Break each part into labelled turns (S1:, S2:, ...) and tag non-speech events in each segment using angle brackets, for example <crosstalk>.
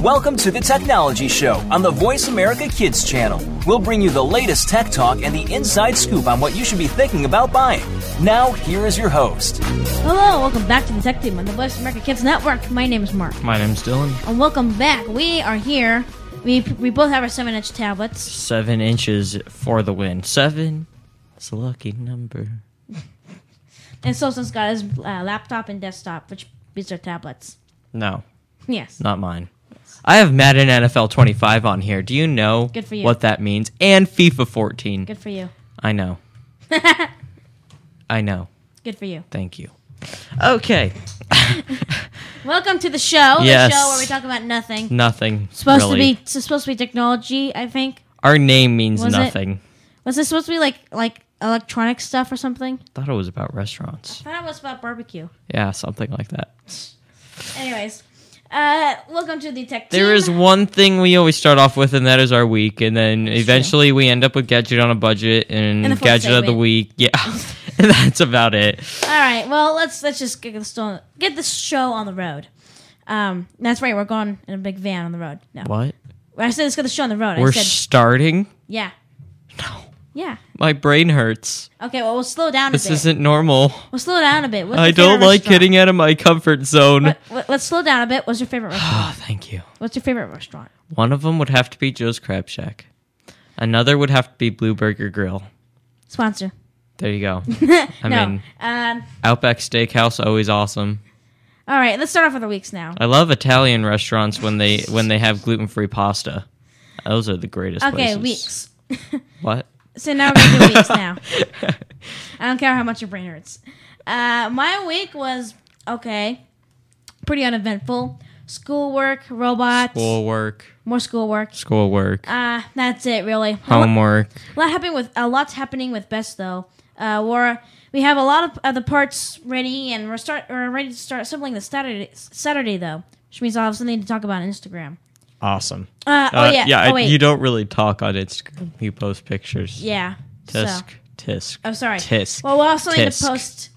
S1: Welcome to the Technology Show on the Voice America Kids channel. We'll bring you the latest tech talk and the inside scoop on what you should be thinking about buying. Now, here is your host.
S2: Hello, welcome back to the Tech Team on the Voice America Kids Network. My name is Mark,
S3: My name's Dylan.
S2: and welcome back. We are here. We, we both have our seven-inch tablets.
S3: Seven inches for the win. Seven is a lucky number.
S2: And Solson's got his uh, laptop and desktop, which these are tablets.
S3: No,
S2: Yes.
S3: not mine. I have Madden NFL 25 on here. Do you know
S2: Good for you.
S3: what that means? And FIFA 14.
S2: Good for you. <laughs>
S3: I know. I know.
S2: Good for you.
S3: Thank you. Okay.
S2: Welcome to the show.
S3: Yes.
S2: The show where we talk about nothing.
S3: Nothing.
S2: Supposed to
S3: really.
S2: be it's supposed to be technology, I think.
S3: Our name means
S2: Was it-
S3: nothing.
S2: Was this supposed to be like like electronic stuff or something?
S3: Thought it was about restaurants.
S2: I thought it was about barbecue.
S3: Yeah, something like that.
S2: Anyways, uh, welcome to the tech.
S3: There
S2: team.
S3: is one thing we always start off with, and that is our week. And then eventually we end up with Gadget on a Budget and,
S2: And the fourth
S3: Gadget of the
S2: segment.
S3: Week. Yeah.
S2: <laughs>
S3: <laughs> and that's about it.
S2: All right. Well, let's let's just get this on, get this show on the road. Um, that's right. We're going in a big van on the road. No,
S3: What?
S2: I said let's get the show on the road.
S3: We're
S2: I said
S3: starting?
S2: yeah,
S3: No.
S2: yeah.
S3: My brain hurts.
S2: Okay. Well, we'll slow down
S3: This
S2: a bit.
S3: isn't normal.
S2: We'll slow down a bit. What's
S3: I
S2: your
S3: don't
S2: favorite
S3: like
S2: restaurant?
S3: getting out of my comfort zone.
S2: What, what, let's slow down a bit. What's your favorite
S3: <sighs>
S2: restaurant?
S3: Oh, thank you.
S2: What's your favorite restaurant?
S3: One of them would have to be Joe's Crab Shack. Another would have to be Blue Burger Grill.
S2: Sponsor.
S3: There
S2: <laughs>
S3: you go. I
S2: no.
S3: mean,
S2: um.
S3: Outback Steakhouse always awesome.
S2: All right. Let's start off with the weeks now.
S3: I love Italian restaurants when they when they have gluten free pasta. Those are the greatest.
S2: Okay.
S3: places.
S2: Weeks.
S3: What? <laughs>
S2: So now we're gonna do weeks now. I don't care how much your brain hurts. Uh, my week was okay, pretty uneventful. Schoolwork, robots,
S3: Schoolwork.
S2: more schoolwork.
S3: Schoolwork.
S2: Uh, that's it really.
S3: Homework.
S2: A lot happening with a lot's happening with Best though. Uh, we're we have a lot of, of the parts ready, and we're start we're ready to start assembling this Saturday Saturday though, which means I'll have something to talk about on Instagram.
S3: Awesome.
S2: Uh, oh yeah,
S3: yeah.
S2: oh
S3: I-
S2: wait,
S3: you don't really talk on Instagram. You post pictures.
S2: yeah. So.
S3: Tisk. Tisk.
S2: Oh, sorry.
S3: Tisk.
S2: Well, we'll have something to
S3: Tisk.
S2: post.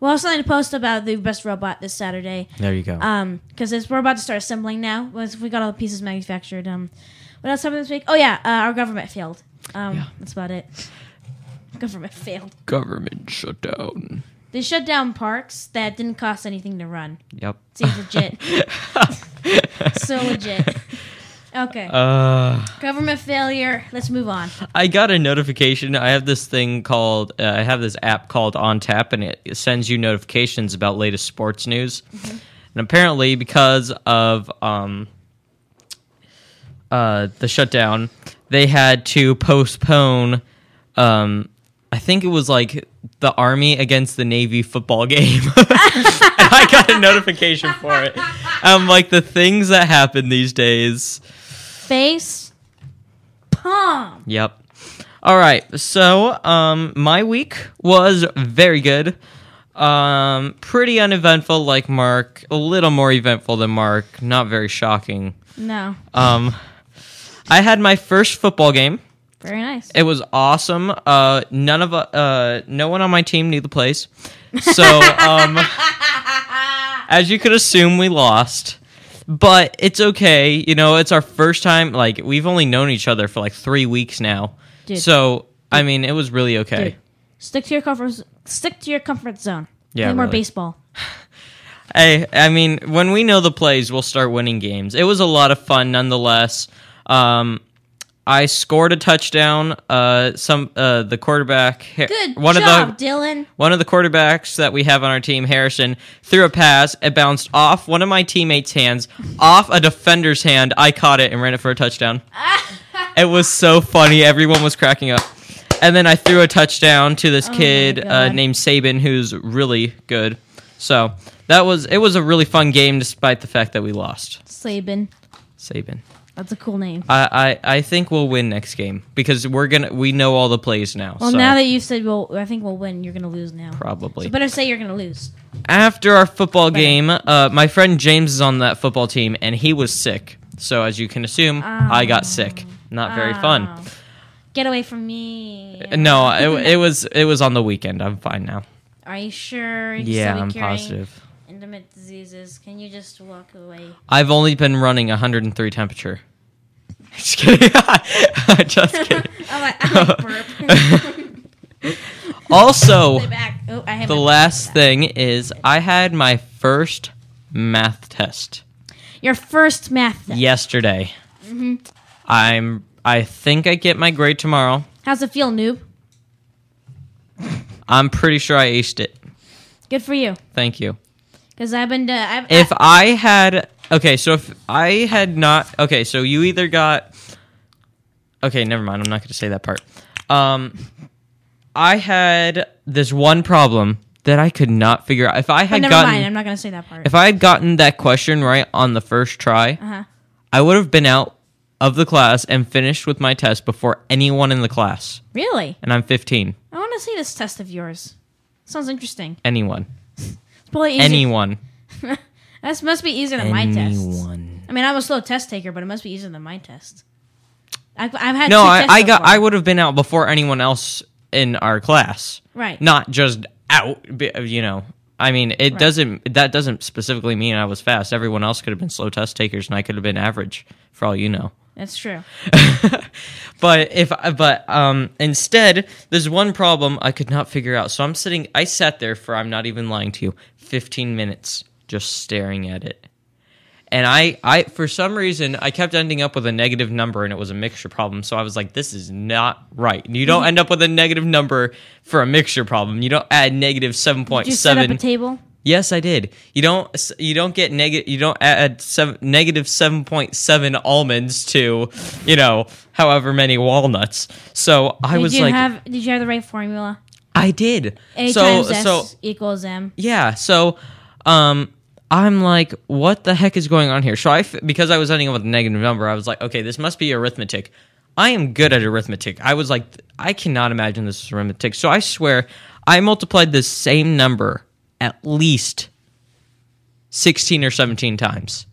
S2: We'll have something to post about the best robot this Saturday.
S3: There you go.
S2: Um, because we're about to start assembling now. Once we got all the pieces manufactured. Um, what else happened this week? Oh yeah, uh, our government failed. Um, that's about it. <laughs> Government failed.
S3: Government shutdown.
S2: They shut down parks that didn't cost anything to run.
S3: Yep. <laughs>
S2: Seems legit. <laughs> so legit. Okay.
S3: Uh,
S2: government failure. Let's move on.
S3: I got a notification. I have this thing called uh, I have this app called On Tap, and it sends you notifications about latest sports news. And apparently, because of um, uh, the shutdown, they had to postpone. Um, I think it was like the Army against the Navy football game. <laughs> And I got a notification for it. I'm like the things that happen these days.
S2: Face. Palm.
S3: Yep. All right. So, um, my week was very good. Um, pretty uneventful, like Mark. A little more eventful than Mark. Not very shocking.
S2: No.
S3: Um, I had my first football game.
S2: Very nice.
S3: It was awesome. Uh, none of uh, no one on my team knew the plays,
S2: <laughs>
S3: so um, as you could assume, we lost. But it's okay. You know, it's our first time. Like we've only known each other for like three weeks now.
S2: Dude.
S3: So I mean, it was really okay.
S2: Dude, stick to your comfort. Stick to your comfort zone.
S3: Yeah,
S2: Play more
S3: really.
S2: baseball.
S3: Hey, I mean, when we know the plays, we'll start winning games. It was a lot of fun, nonetheless. Um, I scored a touchdown. Uh, some uh, the quarterback.
S2: Good
S3: one
S2: job,
S3: of the
S2: Dylan.
S3: One of the quarterbacks that we have on our team, Harrison, threw a pass. It bounced off one of my teammates' hands, off a defender's hand. I caught it and ran it for
S2: <laughs>
S3: a touchdown. it was so funny. Everyone was cracking up. And then I threw a touchdown to this kid uh,
S2: Oh God.
S3: named Saban, who's really good. So that was it. Was a really fun game, despite the fact that we lost.
S2: Saban.
S3: Saban.
S2: That's a cool name.
S3: I, I, I think we'll win next game because we're gonna we know all the plays now.
S2: Well,
S3: so
S2: now that you said, well, I think we'll win. You're gonna lose now.
S3: probably
S2: So better say you're gonna lose.
S3: after our football game, uh, my friend James is on that football team, and he was sick. So as you can assume, I got sick. Not very fun. Uh,
S2: Oh. Get away from me.
S3: No, it, it was it was on the weekend. I'm fine now.
S2: <laughs> Are you sure? You
S3: yeah,
S2: still be
S3: I'm
S2: carrying
S3: positive.
S2: An intermittent diseases, can you just walk away?
S3: I've only been running 103 temperature. <laughs> Just kidding. <laughs> <laughs> Just
S2: <laughs>
S3: kidding.
S2: I'm like, I'm Oh,
S3: <laughs>
S2: like burp. <laughs>
S3: Also,
S2: My back. Oh, I have
S3: the
S2: my-
S3: last thing is I had my first math test
S2: Your first math. test.
S3: yesterday.
S2: Mm-hmm.
S3: I'm. I think I get my grade tomorrow.
S2: How's it feel, noob?
S3: I'm pretty sure I aced it.
S2: Good for you,
S3: Thank you.
S2: because I've been. To, I've,
S3: If
S2: I,
S3: I had okay, so if I had not okay, so you either got okay, never mind. I'm not going to say that part. Um, I had this one problem that I could not figure out. If I
S2: but
S3: had
S2: never
S3: gotten
S2: mind. I'm not gonna say that part.
S3: if I had gotten that question right on the first try,
S2: uh-huh.
S3: I would have been out of the class and finished with my test before anyone in the class.
S2: Really?
S3: And I'm 15.
S2: I want to see this test of yours. Sounds interesting.
S3: Anyone,
S2: It's probably easy.
S3: anyone,
S2: This must be easier than my test.
S3: anyone.
S2: I mean, I'm a slow test taker, but it must be easier than my test. I've, I've had
S3: <laughs> No,
S2: two
S3: I,
S2: tests
S3: I
S2: so
S3: got.
S2: far.
S3: I would have been out before anyone else in our class.
S2: right.
S3: not just out b- you know i mean it
S2: Right.
S3: doesn't that doesn't specifically mean i was fast everyone else could have been slow test takers and i could have been average for all you know
S2: that's true.
S3: but if but um instead there's one problem i could not figure out so i'm sitting i sat there for i'm not even lying to you 15 minutes just staring at it and i i for some reason i kept ending up with a negative number and it was a mixture problem so i was like this is not right you don't
S2: Mm-hmm.
S3: end up with a negative number for a mixture problem you don't add negative
S2: Did you set up a
S3: 7.7
S2: table?
S3: Yes, I did. You don't you don't get negative you don't add seven, negative 7.7 almonds to, you know, however many walnuts. So I
S2: did
S3: was
S2: you
S3: like
S2: have Did you have the right formula?
S3: I did.
S2: A
S3: so
S2: times S
S3: so
S2: equals M.
S3: yeah, so um I'm like what the heck is going on here? So I f- because I was ending up with a negative number, I was like okay, this must be arithmetic. I am good at arithmetic. I was like I cannot imagine this is arithmetic. So I swear I multiplied the same number at least 16 or 17 times.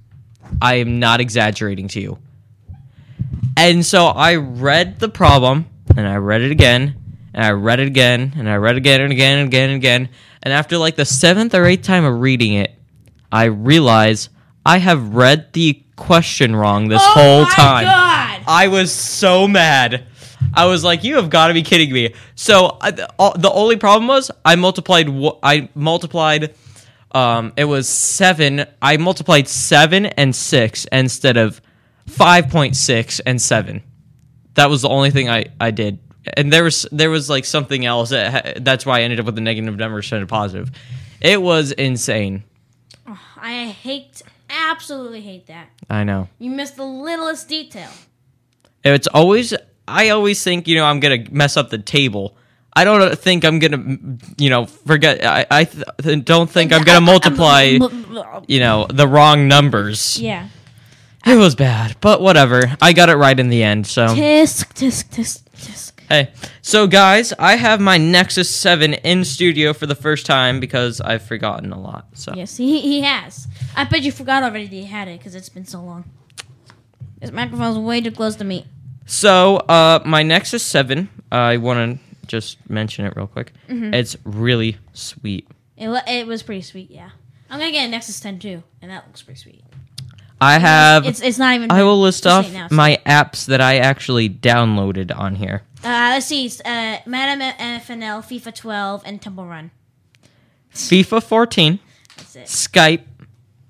S3: I am not exaggerating to you. And so I read the problem and I read it again and I read it again and I read it again and again and again and again. And after like the seventh or eighth time of reading it, I realize I have read the question wrong this whole
S2: Oh my
S3: time.
S2: God!
S3: I was so mad. I was like, "You have got to be kidding me!" So I, the, all, the only problem was I multiplied. wh- I multiplied. Um, it was seven. I multiplied seven and six instead of five point six and seven. That was the only thing I, I did. And there was there was like something else. That, ha- that's why I ended up with a negative number instead of positive. It was insane.
S2: I hate, absolutely hate that.
S3: I know.
S2: You missed the littlest detail.
S3: It's always I always think you know I'm gonna mess up the table. I don't think I'm gonna you know forget. I I th- th- don't think
S2: <laughs>
S3: I'm gonna multiply you know the wrong numbers.
S2: Yeah.
S3: It was bad, but whatever. I got it right in the end. So
S2: Tisk tisk tisk tisk.
S3: hey, so guys, I have my Nexus Seven in studio for the first time because I've forgotten a lot. So
S2: Yes, he, he has. I bet you forgot already that he had it because it's been so long. This microphone's way too close to me.
S3: So, uh, my Nexus 7, I want to just mention it real quick.
S2: Mm-hmm.
S3: It's really sweet.
S2: It, wa- it was pretty sweet, yeah. I'm gonna get a Nexus 10 too, and that looks pretty sweet.
S3: I have.
S2: It's it's not even.
S3: I
S2: been-
S3: will list
S2: just
S3: off
S2: right now, so-
S3: my apps that I actually downloaded on here.
S2: Uh, let's see, it's, uh, Madam FNL, FIFA 12, and Temple Run.
S3: FIFA 14,
S2: That's it.
S3: Skype,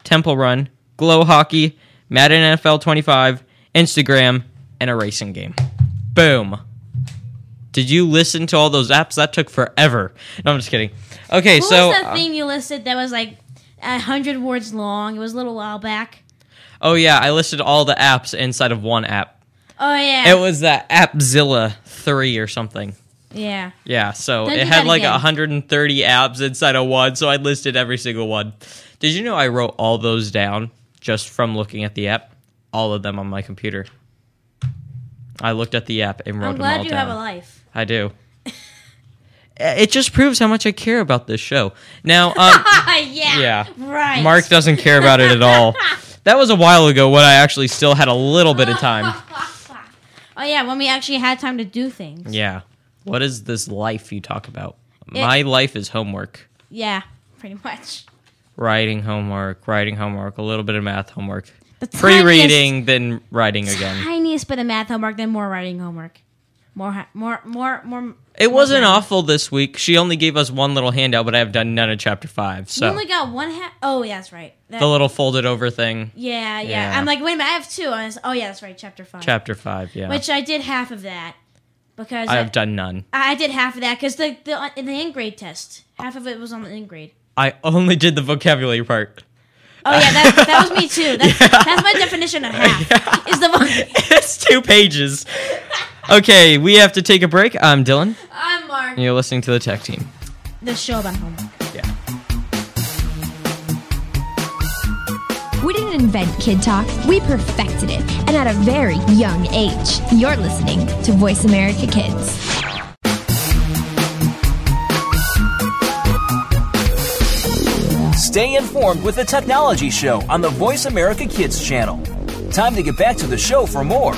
S3: Temple Run, Glow Hockey, Madden NFL 25, Instagram, and a racing game. Boom. Did you listen to all those apps? That took forever. No, I'm just kidding. Okay,
S2: What
S3: so
S2: was that
S3: uh,
S2: thing you listed that was like a hundred words long? It was a little while back.
S3: oh yeah, I listed all the apps inside of one app.
S2: Oh yeah,
S3: It was that AppZilla 3 or something.
S2: yeah.
S3: Yeah, so
S2: Don't
S3: it
S2: do
S3: had
S2: that
S3: like
S2: again.
S3: 130 apps inside of one, so I listed every single one. Did you know I wrote all those down just from looking at the app? All of them on my computer. I looked at the app and wrote
S2: I'm
S3: them all
S2: glad you
S3: down.
S2: have a life. <laughs>
S3: I do. it just proves how much I care about this show. Now, um,
S2: <laughs> yeah.
S3: Yeah.
S2: Right.
S3: Mark doesn't care about it
S2: <laughs>
S3: at all. That was a while ago when I actually still had a little
S2: <laughs>
S3: bit of time.
S2: Oh yeah, when we actually had time to do things.
S3: Yeah. What is this life you talk about?
S2: It-
S3: My life is homework.
S2: Yeah, pretty much.
S3: writing homework, writing homework, a little bit of math homework,
S2: The tiniest-
S3: pre-reading, then
S2: <laughs>
S3: writing again.
S2: Tiniest bit of math homework, then more writing homework. More, hi- more, more, more.
S3: It wasn't awful this week. She only gave us one little handout, but I have done none of chapter five.
S2: You
S3: So
S2: only got one hat. Oh, yeah, that's right. That-
S3: the little folded over thing,
S2: yeah, yeah,
S3: Yeah.
S2: I'm like, wait a minute, I have two. I was, oh, yeah, that's right, chapter five.
S3: chapter five. Yeah,
S2: Which I did half of that because
S3: I
S2: I,
S3: have done none.
S2: I did half of that because the the in the in grade test, half of it was on the in grade.
S3: I only did the vocabulary part. <laughs>
S2: Oh yeah, that, that was me too. That's, that's my definition of
S3: <laughs>
S2: half. Is the vo-
S3: it's two
S2: <laughs>
S3: pages. Okay, we have to take a break. I'm Dylan.
S2: I'm Mark.
S3: and You're listening to the Tech Team.
S2: The show about homework.
S3: Yeah.
S4: We didn't invent Kid Talk, we perfected it, and at a very young age. You're listening to Voice America Kids.
S1: Stay informed with the Technology Show on the Voice America Kids channel. Time to get back to the show for more.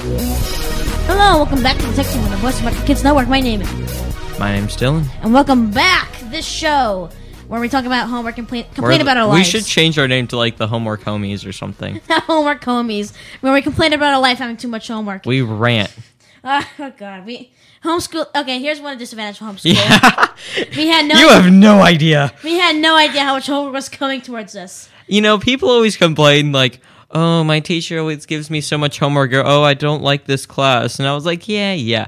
S2: Hello, welcome back to the Tech Team on the Voice America Kids Network. My name is,
S3: My name's Dylan.
S2: and welcome back this show where we talk about homework and complain, complain
S3: We're-
S2: about our
S3: We
S2: lives. <laughs>
S3: should change our name to like the Homework Homies or something.
S2: homework homies where we complain about our life having too much homework.
S3: We rant.
S2: Uh, <laughs> oh God, we homeschool. Okay, here's one disadvantage of homeschool.
S3: Yeah.
S2: We had no.
S3: <laughs> you have no idea.
S2: We had no idea how much homework was coming towards us.
S3: You know, people always complain like, "Oh, my teacher always gives me so much homework." Or, "Oh, I don't like this class." And I was like, "Yeah, yeah."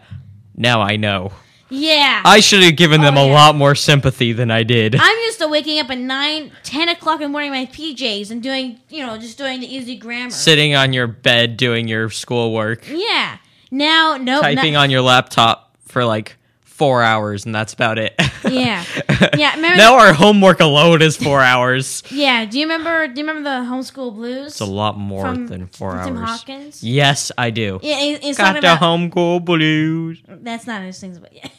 S3: Now I know.
S2: Yeah.
S3: I should have given them
S2: Oh,
S3: a
S2: yeah.
S3: lot more sympathy than I did.
S2: I'm used to waking up at 9, 10 o'clock in the morning in my PJs and doing, you know, just doing the easy grammar.
S3: Sitting on your bed doing your schoolwork.
S2: yeah. Now, nope.
S3: typing
S2: not-
S3: on your laptop for like four hours and that's about it. <laughs>
S2: Yeah. Yeah. Remember
S3: now our homework alone
S2: <laughs>
S3: is four hours.
S2: yeah. Do you remember? Do you remember the homeschool blues?
S3: It's a lot more
S2: From
S3: than four
S2: Tim
S3: hours.
S2: Hawkins?
S3: Yes, I do.
S2: Yeah, it- it's
S3: Got
S2: talking
S3: the
S2: about,
S3: homeschool blues.
S2: That's not his things,
S3: <laughs>
S2: but yeah.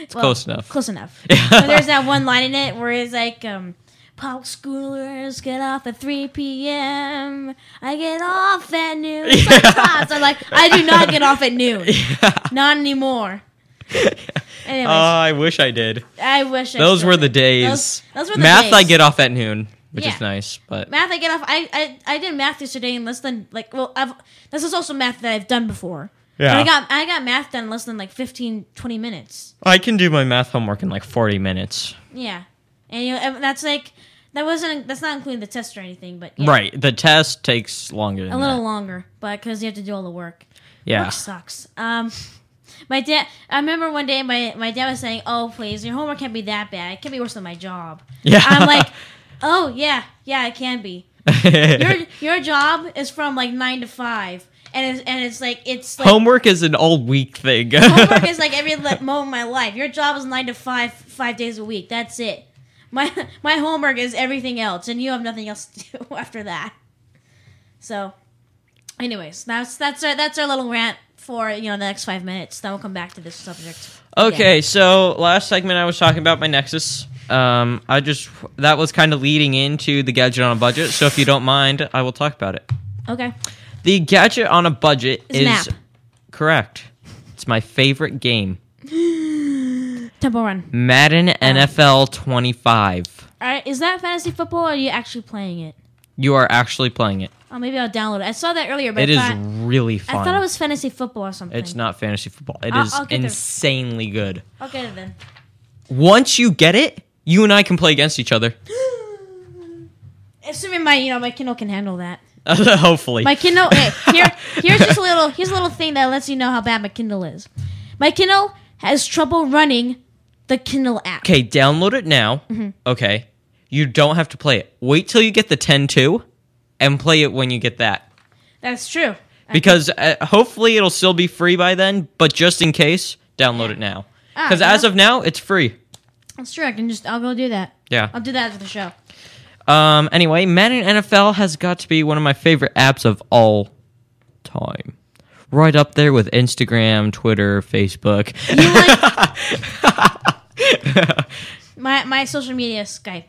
S2: It's
S3: close enough.
S2: Close
S3: <laughs>
S2: enough. but there's that one line in it where it's like, um, Pop schoolers get off at 3 p.m. I get off at noon. <laughs>
S3: <laughs>
S2: Sometimes I'm like, I do not get off at noon. Not
S3: <laughs>
S2: anymore. Anyways,
S3: Oh, I wish I did.
S2: I wish I
S3: Those
S2: still
S3: were the
S2: did.
S3: days.
S2: Those, those were the
S3: math
S2: days.
S3: I get off at noon, which
S2: Yeah.
S3: is nice, but
S2: Math I get off. I, I I did math yesterday in less than like well I've this is also math that I've done before.
S3: Yeah.
S2: But I got I got math done in less than like 15 20 minutes.
S3: I can do my math homework in like 40 minutes.
S2: Yeah, and you and that's like that wasn't that's not including the test or anything, but yeah,
S3: Right. The test takes longer than
S2: a little
S3: that.
S2: longer, but because you have to do all the work,
S3: yeah.
S2: which
S3: <laughs>
S2: sucks. Um, my dad, I remember one day my my dad was saying, "Oh, please, your homework can't be that bad. It can't be worse than my job."
S3: Yeah.
S2: I'm
S3: <laughs>
S2: like, "Oh yeah, yeah, it can be. Your
S3: <laughs>
S2: your job is from like nine to five, and it's and it's like it's like."
S3: homework is an all week
S2: <laughs>
S3: thing. <laughs>
S2: Homework is like every le- moment of my life. Your job is nine to five, five days a week. That's it. My <laughs> my homework is everything else, and you have nothing else to do <laughs> after that. So, anyways, that's that's our that's our little rant for you know the next five minutes. Then we'll come back to this subject. again.
S3: Okay, so last segment I was talking about my Nexus. Um, I just that was kind of leading into the gadget on a budget. So if you don't mind, I will talk about it.
S2: Okay.
S3: The gadget on a budget
S2: It's
S3: is
S2: an app.
S3: correct. It's my favorite game,
S2: Temple Run.
S3: Mm. Madden
S2: Oh.
S3: NFL 25.
S2: All right. Is that fantasy football? or Are you actually playing it?
S3: You are actually playing it.
S2: Oh, maybe I'll download it. I saw that earlier, but
S3: It
S2: I,
S3: is
S2: thought,
S3: really fun.
S2: I thought it was fantasy football or something.
S3: It's not fantasy football. It
S2: I'll-
S3: is
S2: I'll get there.
S3: insanely good.
S2: Okay then.
S3: Once you get it, you and I can play against each other. <laughs>
S2: Assuming my you know my Kindle can handle that.
S3: Hopefully.
S2: My Kindle. hey,
S3: <laughs>
S2: here, here's just a little. Here's a little thing that lets you know how bad my Kindle is. My Kindle has trouble running the Kindle app.
S3: Okay, download it now.
S2: Mm-hmm.
S3: Okay. You don't have to play it. Wait till you get the 10 2 and play it when you get that.
S2: That's true.
S3: Because uh, hopefully it'll still be free by then, but just in case, download it now.
S2: Ah,
S3: Because
S2: yeah.
S3: as of now, it's free.
S2: That's true. I can just. I'll go do that.
S3: Yeah.
S2: I'll do that after the show.
S3: Um. Anyway, Madden NFL has got to be one of my favorite apps of all time. Right up there with Instagram, Twitter, Facebook. <laughs>
S2: You like my my social media is Skype.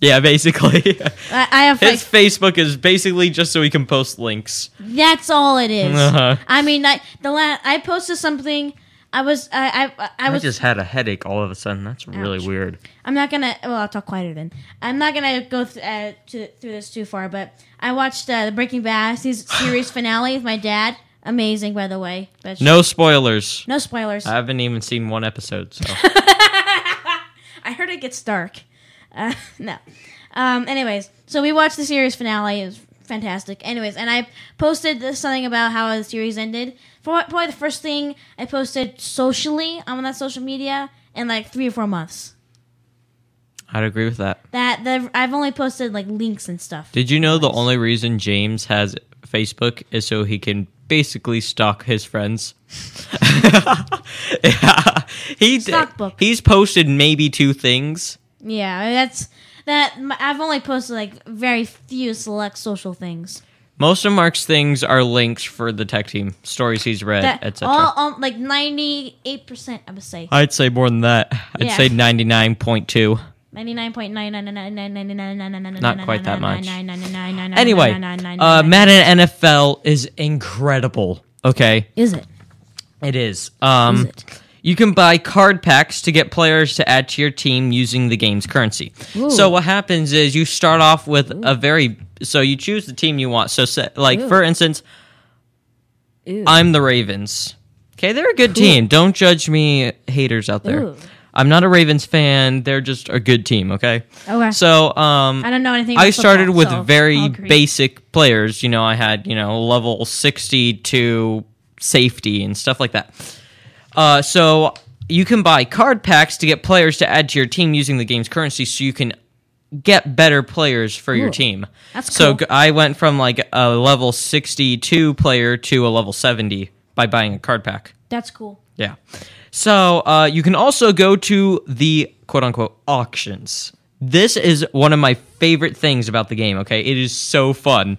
S3: yeah, basically. <laughs>
S2: I, I have like
S3: His Facebook is basically just so he can post links.
S2: that's all it is.
S3: Uh-huh.
S2: I mean, I, the la- I posted something I was I I, I
S3: I,
S2: was
S3: just had a headache all of a sudden. That's really
S2: Ouch.
S3: weird.
S2: I'm not gonna. Well, I'll talk quieter then. I'm not gonna go th- uh, to, through this too far, but I watched uh, the Breaking Bad seas- series finale with my dad. Amazing, by the way. But
S3: No Uh, spoilers.
S2: no spoilers.
S3: I haven't even seen one
S2: <laughs>
S3: episode, so
S2: I heard it gets dark. Uh, <laughs> no. Um, anyways, so we watched the series finale. It was fantastic. Anyways, and I posted this- something about how the series ended. For probably the first thing I posted socially um, on that social media in like three or four months.
S3: I'd agree with that.
S2: That the, I've only posted like links and stuff.
S3: Did you know the only reason James has Facebook is so he can basically stalk his <laughs> friends? yeah. He d-
S2: Stalk book.
S3: he's posted maybe two things.
S2: Yeah, that's that. my- I've only posted like very few select social things.
S3: Most of Mark's things are links for the tech team, stories he's read,
S2: That
S3: etc.
S2: all, all like ninety eight percent. I would say
S3: I'd say more than that. I'd
S2: Yeah.
S3: say 99.2.
S2: ninety nine point nine nine nine nine nine nine nine nine.
S3: Not quite that much. Anyway, uh, Madden NFL is incredible. Okay,
S2: is it?
S3: it is. Um,
S2: it?
S3: You can buy card packs to get players to add to your team using the game's currency. So what happens is you start off with a very so you choose the team you want. So say, like for instance, I'm the Ravens. Okay, they're a good team. Don't judge me, haters out there.
S2: Ooh.
S3: I'm not a Ravens fan. They're just a good team. Okay.
S2: Okay.
S3: So um,
S2: I don't know anything.
S3: I
S2: about
S3: started
S2: football,
S3: with
S2: so I'll
S3: very
S2: agree.
S3: basic players. You know, I had, you know, level 60 to safety and stuff like that. Uh, so you can buy card packs to get players to add to your team using the game's currency so you can get better players for your team.
S2: That's
S3: so
S2: cool.
S3: g- I went from like a level 62 player to a level 70 by buying a card pack.
S2: That's cool.
S3: Yeah. So uh, you can also go to the quote unquote auctions. This is one of my favorite things about the game, okay? It is so fun.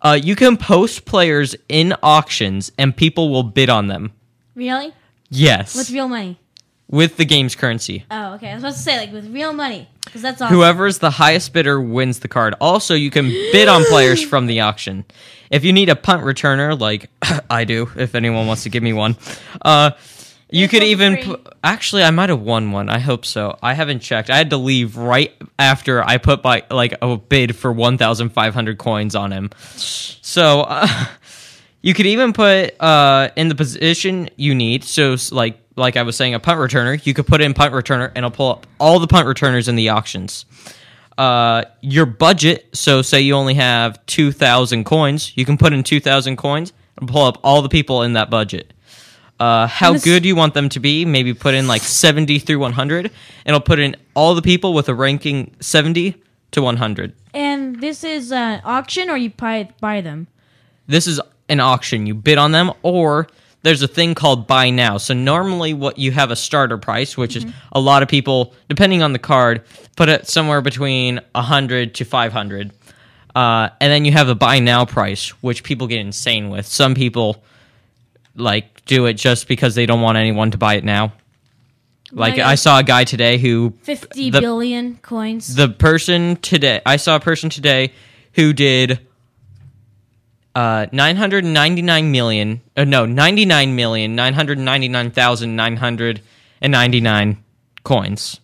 S3: Uh, you can post players in auctions and people will bid on them.
S2: Really?
S3: Yes.
S2: With
S3: With,
S2: real money?
S3: the game's currency.
S2: Oh, okay. I was supposed to say like with real money because that's awesome.
S3: Whoever is the highest bidder wins the card. Also, you can bid on players from the auction. If you need a punt returner, like <coughs> I do, if anyone wants to give me one, uh, you
S2: It's
S3: could
S2: all
S3: even.
S2: free.
S3: P- actually, I might have won one. I hope so. I haven't checked. I had to leave right after I put by like a bid for one thousand five hundred coins on him. So. <laughs> Uh, you could even put uh, in the position you need. So, s- like like I was saying, a punt returner. You could put in punt returner, and it'll pull up all the punt returners in the auctions. Uh, your budget. So, say you only have two thousand coins. You can put in two thousand coins and pull up all the people in that budget. Uh, how
S2: this-
S3: good you want them to be? Maybe put in like seventy through one hundred, and it'll put in all the people with a ranking seventy to one hundred.
S2: and this is an auction, or you buy buy them.
S3: this is an auction. You bid on them, or there's a thing called buy now. So normally, what you have a starter price, which is a lot of people, depending on the card, put it somewhere between hundred to five hundred, uh, and then you have a buy now price, which people get insane with. Some people like do it just because they don't want anyone to buy it now. Like
S2: God.
S3: I saw a guy today who
S2: Fifty billion
S3: The-
S2: coins.
S3: the person today i saw a person today who did uh 999 million uh, no 99 million 999,999 coins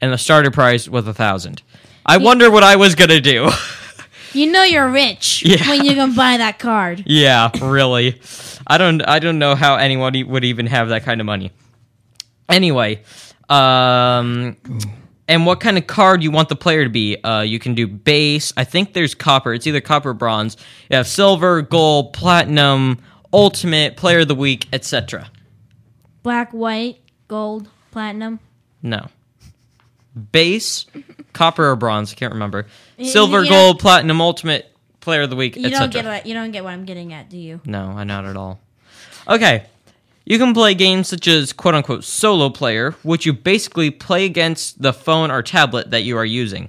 S3: and the starter prize was a thousand i wonder what i was gonna do <laughs>
S2: You know you're rich
S3: Yeah.
S2: when you can buy that card.
S3: <laughs> yeah really i don't i don't know how anyone e- would even have that kind of money anyway um and what kind of card you want the player to be uh you can do base i think there's copper it's either copper or bronze you have silver gold platinum ultimate player of the week etc
S2: Black, white, gold, platinum.
S3: no base copper or bronze i can't remember
S2: Y-
S3: silver
S2: you don't-
S3: gold platinum ultimate player of the week
S2: You
S3: etc
S2: don't get what you don't get what I'm getting at, do you?
S3: No, I not at all. Okay. You can play games such as quote unquote solo player, which you basically play against the phone or tablet that you are using.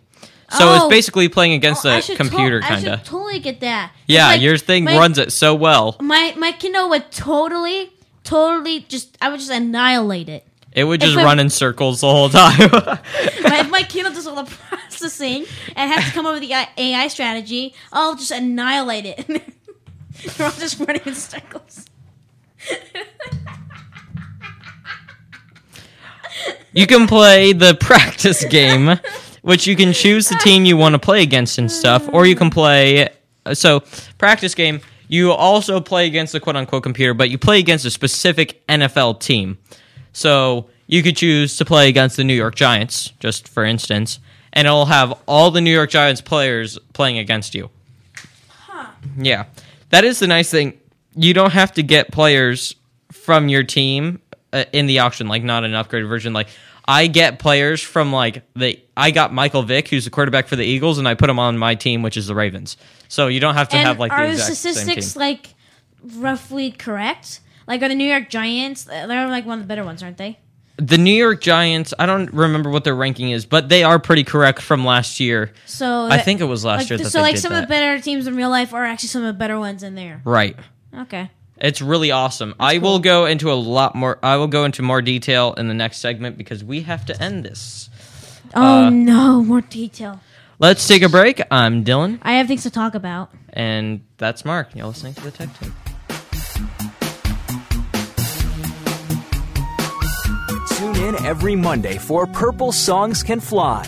S3: So
S2: Oh.
S3: it's basically playing against
S2: I
S3: the
S2: should to-
S3: computer,
S2: I
S3: kind
S2: should
S3: of.
S2: totally get that. It's
S3: yeah,
S2: like
S3: your thing
S2: my-
S3: runs it so well.
S2: My my Kindle would totally, totally just I would just annihilate it.
S3: It would just
S2: my-
S3: run in circles the whole time. <laughs>
S2: my, if my Kindle does all the processing and has to come up with the AI strategy, I'll just annihilate <laughs> it. They're all just running in circles.
S3: You can play the <laughs> practice game, which you can choose the team you want to play against and stuff, or you can play. uh, So, practice game, you also play against the quote unquote computer, but you play against a specific NFL team. So, you could choose to play against the New York Giants, just for instance, and it'll have all the New York Giants players playing against you. Yeah. That is the nice thing. You don't have to get players from your team uh, in the auction, like not an upgraded version. Like I get players from like the I got Michael Vick, who's the quarterback for the Eagles, and I put him on my team, which is the Ravens. So you don't have to
S2: and
S3: have like the
S2: are
S3: exact
S2: statistics
S3: same team.
S2: like roughly correct? Like are the New York Giants? They're like one of the better ones, aren't they?
S3: The New York Giants, I don't remember what their ranking is, but they are pretty correct from last year.
S2: So
S3: I
S2: that-
S3: think it was last
S2: like,
S3: year
S2: th-
S3: that
S2: so
S3: they
S2: like
S3: did
S2: some of the
S3: that.
S2: better teams in real life are actually some of the better ones in there.
S3: right.
S2: Okay.
S3: It's really awesome. I will go into a lot more. I will go into more detail in the next segment because we have to end this. Uh,
S2: Oh no, more detail.
S3: Let's take a break. I'm Dylan,
S2: I have things to talk about.
S3: and that's Mark. You're listening to the Tech Tape.
S1: Tune in every Monday for Purple Songs Can Fly.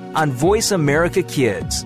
S1: on Voice America Kids.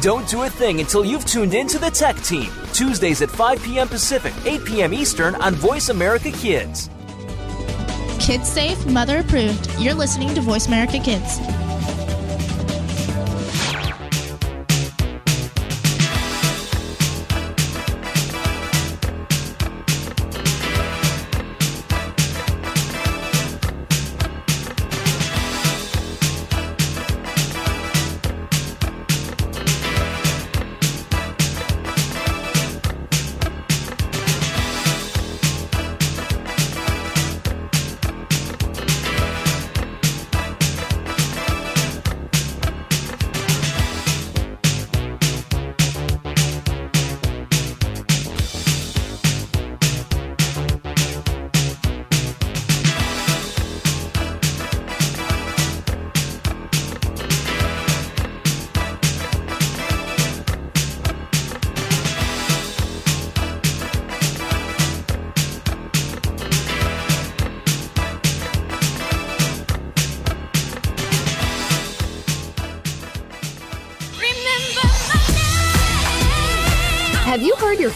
S1: Don't do a thing until you've tuned in to the Tech Team, Tuesdays at 5 p.m. Pacific, 8 p.m. Eastern on Voice America Kids.
S5: Kids safe, mother approved. You're listening to Voice America Kids.
S6: Have you heard your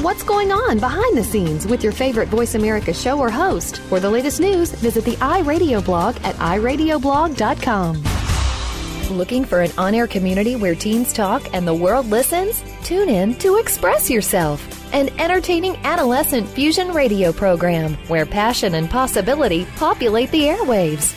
S6: What's going on behind the scenes with your favorite Voice America show or host? For the latest news, visit the iRadio blog at iradioblog.com. Looking for an on air community where teens talk and the world listens? Tune in to Express Yourself, an entertaining adolescent fusion radio program where passion and possibility populate the airwaves.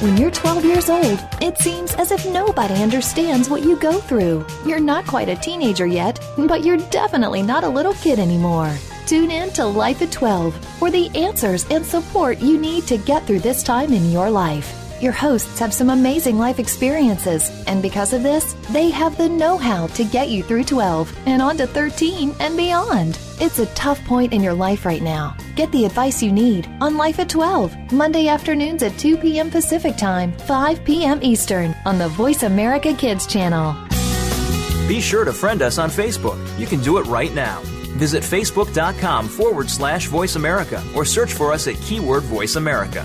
S6: When you're 12 years old, it seems as if nobody understands what you go through. You're not quite a teenager yet, but you're definitely not a little kid anymore. Tune in to Life at 12 for the answers and support you need to get through this time in your life. Your hosts have some amazing life experiences, and because of this, they have the know how to get you through 12 and on to 13 and beyond. It's a tough point in your life right now. Get the advice you need on Life at 12, Monday afternoons at 2 p.m. Pacific Time, 5 p.m. Eastern, on the Voice America Kids channel.
S1: Be sure to friend us on Facebook. You can do it right now. Visit facebook.com forward slash voice America or search for us at keyword voice America.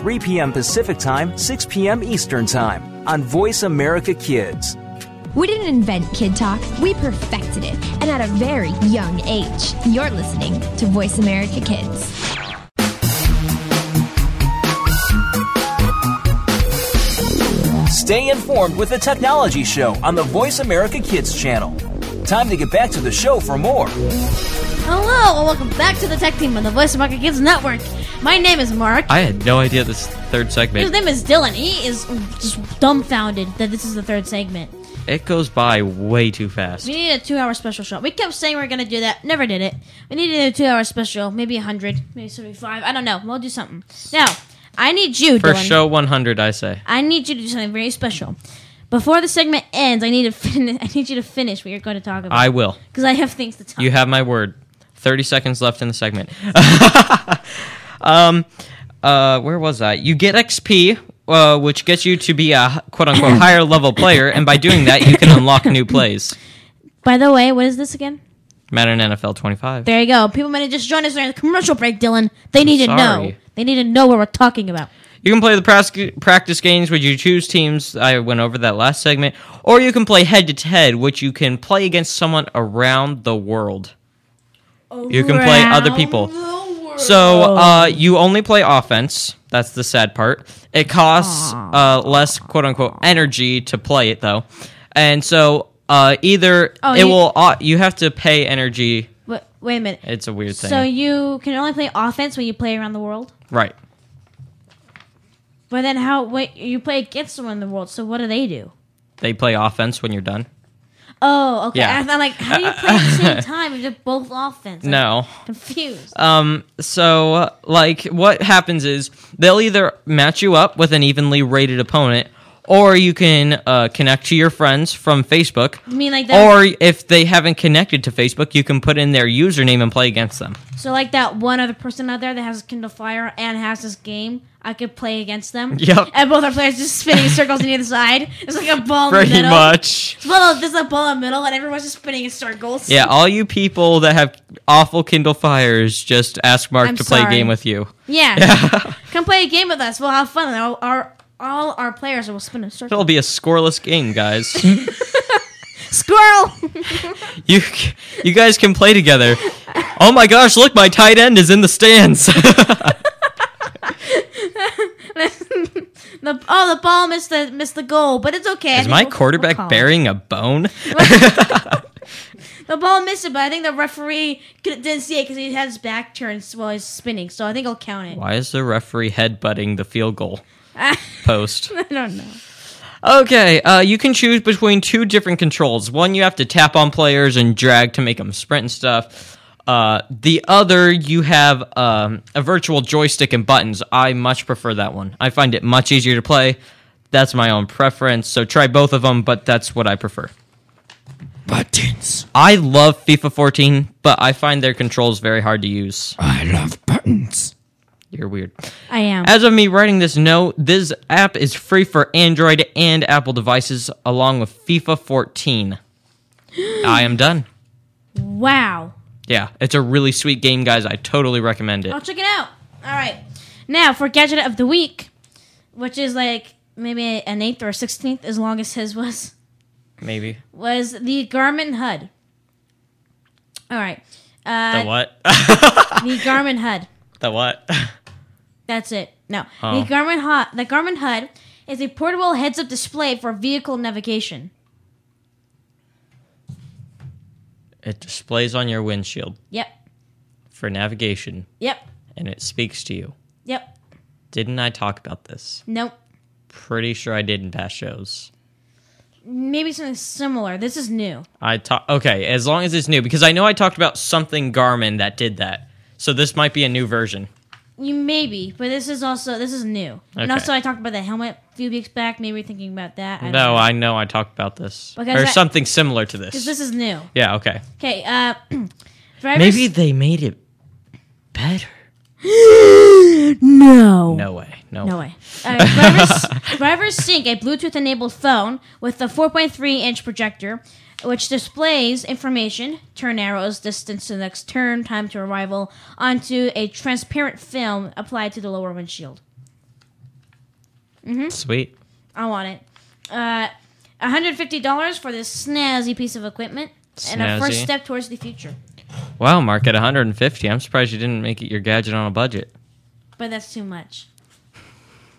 S1: 3 p.m. Pacific Time, 6 p.m. Eastern Time on Voice America Kids.
S4: We didn't invent Kid Talk, we perfected it, and at a very young age. You're listening to Voice America Kids.
S1: Stay informed with the Technology Show on the Voice America Kids channel. Time to get back to the show for more.
S2: Hello, and welcome back to the Tech Team on the Voice of Market Kids Network. My name is Mark.
S3: I had no idea this third
S2: His
S3: segment.
S2: name is Dylan. He is just dumbfounded that this is the third segment.
S3: It goes by way too fast.
S2: We need a two-hour special show. We kept saying we are gonna do that, never did it. We needed a two-hour special, maybe hundred, maybe seventy-five. I don't know. We'll do something. Now, I need you,
S3: For
S2: Dylan.
S3: show 100, I say.
S2: I need you to do something very special. Before the segment ends, I need to fin- <laughs> I need you to finish what you're going to talk about.
S3: I will.
S2: because I have things to talk.
S3: You have my word. 30 seconds left in the segment. <laughs> um, uh, where was I? You get XP, uh, which gets you to be a quote unquote higher level player, and by doing that, you can unlock new plays.
S2: By the way, what is this again?
S3: Madden NFL 25.
S2: There you go. People might have just joined us during the commercial break, Dylan. They need to know.
S3: sorry.
S2: They need to know what we're talking about.
S3: You can play the pras- practice games, which you choose teams. I went over that last segment. Or you can play head to head, which you can play against someone around the world. You can play other people. So uh, you only play offense. That's the sad part. It costs uh, less, quote unquote, energy to play it though, and so uh, either
S2: Oh,
S3: it
S2: you-
S3: will uh, you have to pay energy.
S2: Wait, wait a minute.
S3: It's a weird thing,
S2: So you can only play offense when you play around the world.
S3: right?
S2: But then how? Wait, you play against someone in the world. So what do they do?
S3: They play offense when you're done.
S2: Oh, okay.
S3: Yeah. Uh,
S2: I'm like, how do you play at the same
S3: <laughs>
S2: time if they're both offense? I'm
S3: No. Uh,
S2: confused.
S3: Um, So, like, what happens is they'll either match you up with an evenly rated opponent, or you can uh, connect to your friends from Facebook.
S2: you mean like that?
S3: Or if they haven't connected to Facebook, you can put in their username and play against them.
S2: so like that one other person out there that has Kindle Fire and has this game, I could play against
S3: <laughs>
S2: them.
S3: Yep.
S2: And both our players just spinning circles on either side. It's like a ball in the middle.
S3: much.
S2: Well, there's a ball in the middle, and everyone's just spinning in circles.
S3: Yeah, all you people that have awful Kindle Fires, just ask Mark
S2: I'm
S3: to play a
S2: sorry.
S3: game with you.
S2: <laughs> Yeah. Come play a game with us. We'll have fun. Our, our all our players will spin a circle.
S3: It'll be a scoreless game, guys. <laughs>
S2: Squirrel! <laughs>
S3: you you guys can play together. Oh my gosh, look, my tight end is in the stands.
S2: the, oh, the ball missed the missed the goal, but it's okay. I
S3: <laughs> is
S2: think
S3: my
S2: we'll- we'll call
S3: quarterback
S2: it.
S3: burying a bone?
S2: The ball missed it, but I think the referee could, didn't see it because he had his back turned while he's spinning. So I think I'll count it.
S3: Why is the referee headbutting the
S2: <laughs>
S3: field goal post?
S2: I don't know.
S3: Okay, uh, you can choose between two different controls. One you have to tap on players and drag to make them sprint and stuff. Uh, the other you have um, a virtual joystick and buttons. I much prefer that one. I find it much easier to play. That's my own preference. So try both of them, but that's what I prefer.
S7: Buttons.
S3: I love FIFA 14, but I find their controls very hard to use.
S7: I love buttons.
S3: You're weird.
S2: I am.
S3: As of me writing this note, this app is free for Android and Apple devices, along with FIFA 14. I am done.
S2: wow.
S3: Yeah, it's a really sweet game, guys. I totally recommend it.
S2: I'll check it out. All right. Now for gadget of the week, which is like maybe an eighth or sixteenth as long as his was,
S3: Maybe.
S2: was the Garmin HUD. All right.
S3: The
S2: Uh,
S3: what? <laughs>
S2: the Garmin HUD.
S3: the what? <laughs>
S2: That's it. No. The Garmin HUD, the Garmin HUD is a portable heads-up display for vehicle navigation.
S3: It displays on your windshield
S2: Yep.
S3: for navigation
S2: Yep.
S3: and it speaks to you.
S2: Yep.
S3: Didn't I talk about this?
S2: Nope.
S3: Pretty sure I did in past shows.
S2: Maybe something similar. This is new.
S3: I talk okay, as long as it's new, because I know I talked about something Garmin that did that. So this might be a new version.
S2: You maybe, but this is also this is new. And
S3: Okay.
S2: also, I talked about the helmet a few weeks back. Maybe you're thinking about that. I don't
S3: No,
S2: know.
S3: I know I talked about this.
S2: Because
S3: or
S2: I-
S3: something similar to this.
S2: 'Cause this is new.
S3: yeah, okay.
S2: Okay. Uh, <clears throat> drivers.
S3: Maybe they made it better.
S2: no.
S3: No way. No,
S2: No way. All right,
S3: <laughs>
S2: drivers, drivers sync a Bluetooth-enabled phone with a 4.3-inch projector, which displays information, turn arrows, distance to the next turn, time to arrival, onto a transparent film applied to the lower windshield.
S3: Sweet.
S2: I want it. Uh, $150 for this snazzy piece of equipment and a first
S3: Snazzy.
S2: step towards the future.
S3: Wow, Mark, at 150, I'm surprised you didn't make it your gadget on a budget.
S2: But that's too much.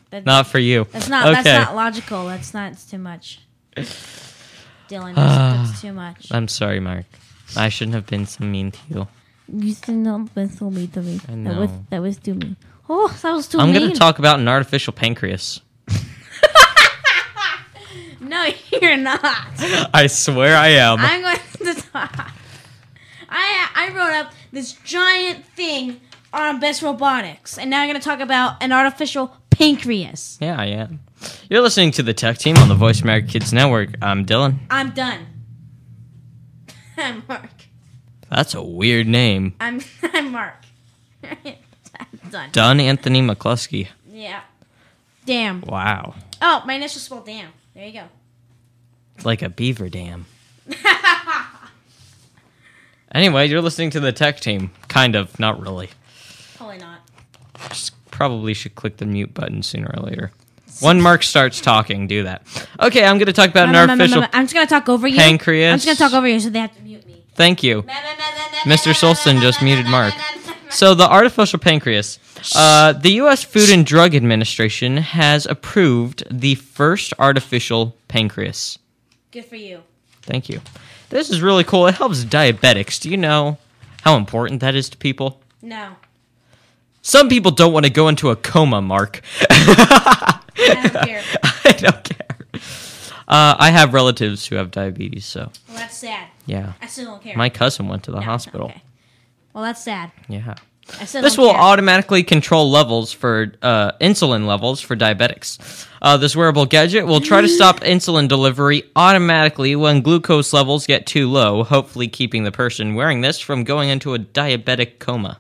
S2: That-
S3: Not for you.
S2: that's not
S3: okay.
S2: that's not logical. That's not it's too much.
S3: <sighs>
S2: Dylan, that's, that's too much.
S3: I'm sorry, Mark. I shouldn't have been so mean to you.
S2: You said not pencil me to me.
S3: That was- know.
S2: that was too mean. Oh, that was too
S3: I'm
S2: mean.
S3: going to talk about an artificial pancreas. <laughs>
S2: No, <laughs> you're not.
S3: <laughs> I swear I am.
S2: I'm going to talk. I I wrote up this giant thing on Best Robotics, and now I'm going to talk about an artificial pancreas.
S3: yeah, I am. You're listening to the Tech Team on the Voice America Kids Network. I'm Dylan.
S2: I'm done. <laughs> I'm Mark.
S3: That's a weird name.
S2: I'm <laughs> I'm Mark. I'm done.
S3: Don Anthony McCluskey.
S2: Yeah. Damn.
S3: Wow.
S2: Oh, my initials spelled damn. There you go.
S3: Like a beaver dam. <laughs> anyway, you're listening to the Tech Team. Kind of, not really.
S2: Probably not.
S3: Just probably should click the mute button sooner or later. When Mark starts talking, do that. Okay, I'm going to talk about
S2: Mm,
S3: an
S2: mm, mm, mm,
S3: artificial.
S2: mm. I'm just gonna talk over you.
S3: pancreas.
S2: I'm just gonna talk over you, so they have to mute me.
S3: Thank you. Mr. Solston just muted Mark. So the artificial pancreas. Uh, the U.S. Food and Drug Administration has approved the first artificial pancreas.
S2: Good for you.
S3: Thank you. This is really cool. It helps diabetics. Do you know how important that is to people?
S2: No.
S3: Some people don't want to go into a coma, Mark. <laughs>
S2: I don't care.
S3: I don't care. Uh, I have relatives who have diabetes, so
S2: Well, that's sad.
S3: yeah.
S2: I still don't care.
S3: My cousin went to the
S2: No,
S3: hospital.
S2: okay. Well, that's sad.
S3: Yeah.
S2: I still
S3: This
S2: don't
S3: will
S2: care.
S3: automatically control levels for uh, insulin levels for diabetics. Uh, this wearable gadget will try
S2: <laughs>
S3: to stop insulin delivery automatically when glucose levels get too low, hopefully keeping the person wearing this from going into a diabetic coma.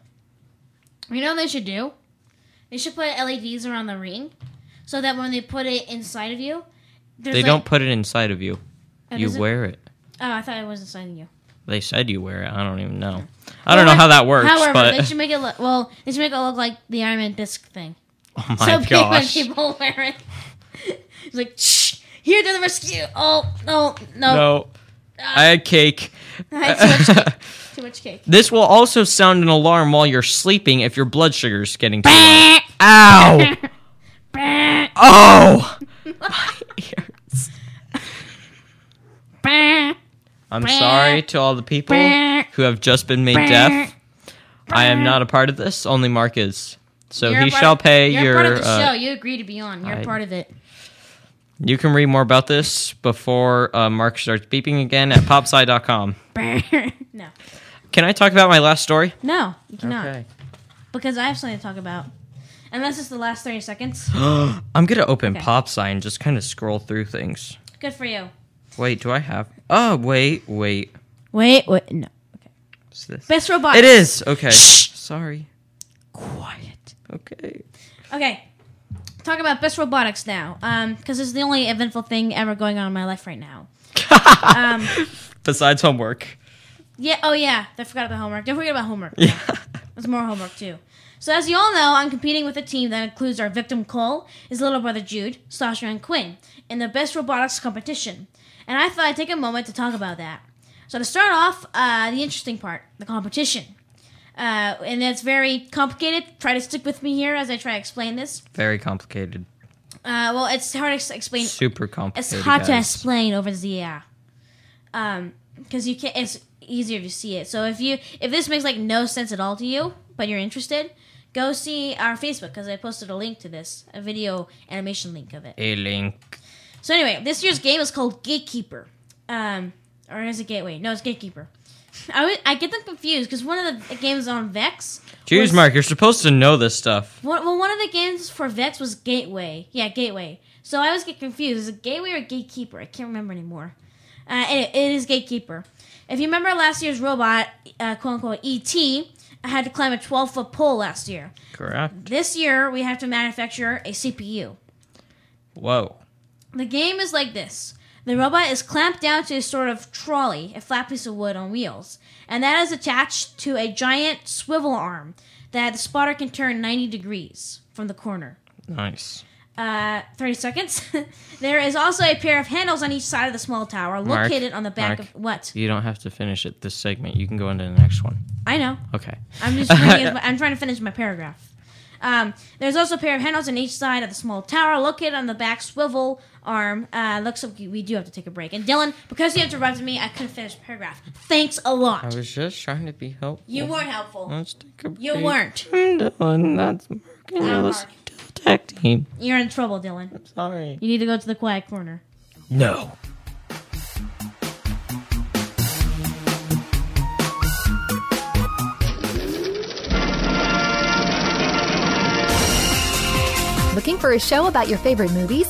S2: You know what they should do? They should put LEDs around the ring, so that when they put it inside of you, there's
S3: they
S2: like-
S3: don't put it inside of you.
S2: Oh,
S3: you
S2: does it-
S3: wear it.
S2: Oh, I thought it was inside of you.
S3: They said you wear it. I don't even know. I don't know how that works,
S2: However, they
S3: but
S2: should make it look well. They should make it look like the Iron Man disc thing.
S3: oh
S2: so <laughs>
S3: <laughs> my
S2: people- when
S3: gosh.
S2: people wear it, He's like, shh, here to the rescue. Oh, no, no.
S3: No, I had cake.
S2: I had <laughs>
S3: <laughs>
S2: too much cake. Too much cake.
S3: This will also sound an alarm while you're sleeping if your blood sugar's getting
S2: <laughs>
S3: too low. Ow! oh! My ears. I'm sorry to all the people who have just been made deaf. I am not a part of this. Only Mark is. So
S2: You're a
S3: he
S2: part-
S3: shall pay
S2: You're
S3: your.
S2: a part of the
S3: uh,
S2: show. You agree to be on. You're
S3: I-
S2: a part of
S3: <laughs>
S2: it.
S3: You can read more about this before uh, Mark starts beeping again at popsci.com.
S2: no,
S3: Can I talk about my last story?
S2: no, you cannot. Because I have something to talk about. Unless it's the last thirty
S3: <gasps>
S2: seconds.
S3: I'm going to open Popsci and just kind of scroll through things.
S2: Good for you.
S3: Wait, do I have? Oh, wait, wait.
S2: Wait, wait, no.
S3: What's this?
S2: Best robot.
S3: It is okay. Sorry. Quiet. Okay.
S2: Okay. Talk about best robotics now, um, because it's the only eventful thing ever going on in my life right now.
S3: Besides homework.
S2: Yeah. Oh yeah. I forgot about homework. Don't forget about homework. Yeah. <laughs> There's more homework too. So as you all know, I'm competing with a team that includes our victim Cole, his little brother Jude, Sasha, and Quinn in the best robotics competition. And I thought I'd take a moment to talk about that. So to start off, uh, the interesting part, the competition. Uh, and it's very complicated. Try to stick with me here as I try to explain this.
S3: Very complicated.
S2: Uh, well, it's hard to ex- explain
S3: Super complicated.
S2: it's hard to
S3: guys.
S2: explain over the air, um, because you can't. It's easier if you see it. So if you if this makes like no sense at all to you, but you're interested, go see our Facebook because I posted a link to this, a video animation link of it.
S3: A link.
S2: So anyway, this year's game is called Gatekeeper, um, or is it Gateway? No, it's Gatekeeper. <laughs> I always- I get them confused because one of the games on Vex.
S3: Jeez,
S2: was-
S3: Mark, you're supposed to know this stuff.
S2: one, well, one of the games for Vex was Gateway. Yeah, Gateway. So I always get confused. Is it Gateway or Gatekeeper? I can't remember anymore. Uh, it- it is Gatekeeper. If you remember last year's robot, uh, quote unquote, ET, I had to climb a 12 foot pole last year.
S3: Correct.
S2: This year, we have to manufacture a CPU.
S3: Whoa.
S2: The game is like this. The robot is clamped down to a sort of trolley, a flat piece of wood on wheels, and that is attached to a giant swivel arm that the spotter can turn 90 degrees from the corner
S3: Nice.
S2: uh, 30 seconds. <laughs> there is also a pair of handles on each side of the small tower
S3: Mark,
S2: located on the back
S3: Mark.
S2: of what?
S3: You don't have to finish it this segment. You can go into the next one.
S2: I
S3: <laughs>
S2: know.
S3: Okay.
S2: I'm just reading as- I'm trying to finish my paragraph. Um, there's also a pair of handles on each side of the small tower located on the back swivel arm. Uh, looks like we do have to take a break. And Dylan, because you interrupted me, I couldn't finish the paragraph. Thanks a
S3: I
S2: lot.
S3: was just trying to be helpful.
S2: You weren't helpful.
S3: Let's take a
S2: You
S3: break.
S2: weren't.
S3: I'm doing that's Mark and you're
S2: Mark.
S3: listening to the tech team.
S2: You're in trouble, Dylan.
S3: Sorry.
S2: You need to go to the quiet corner.
S3: No.
S6: Looking for a show about your favorite movies,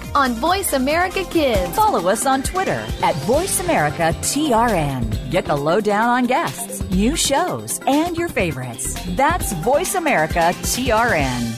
S6: on Voice America Kids.
S8: Follow us on
S9: Twitter.
S8: at VoiceAmericaTRN. Get the lowdown on guests, new shows, and your favorites. That's VoiceAmericaTRN.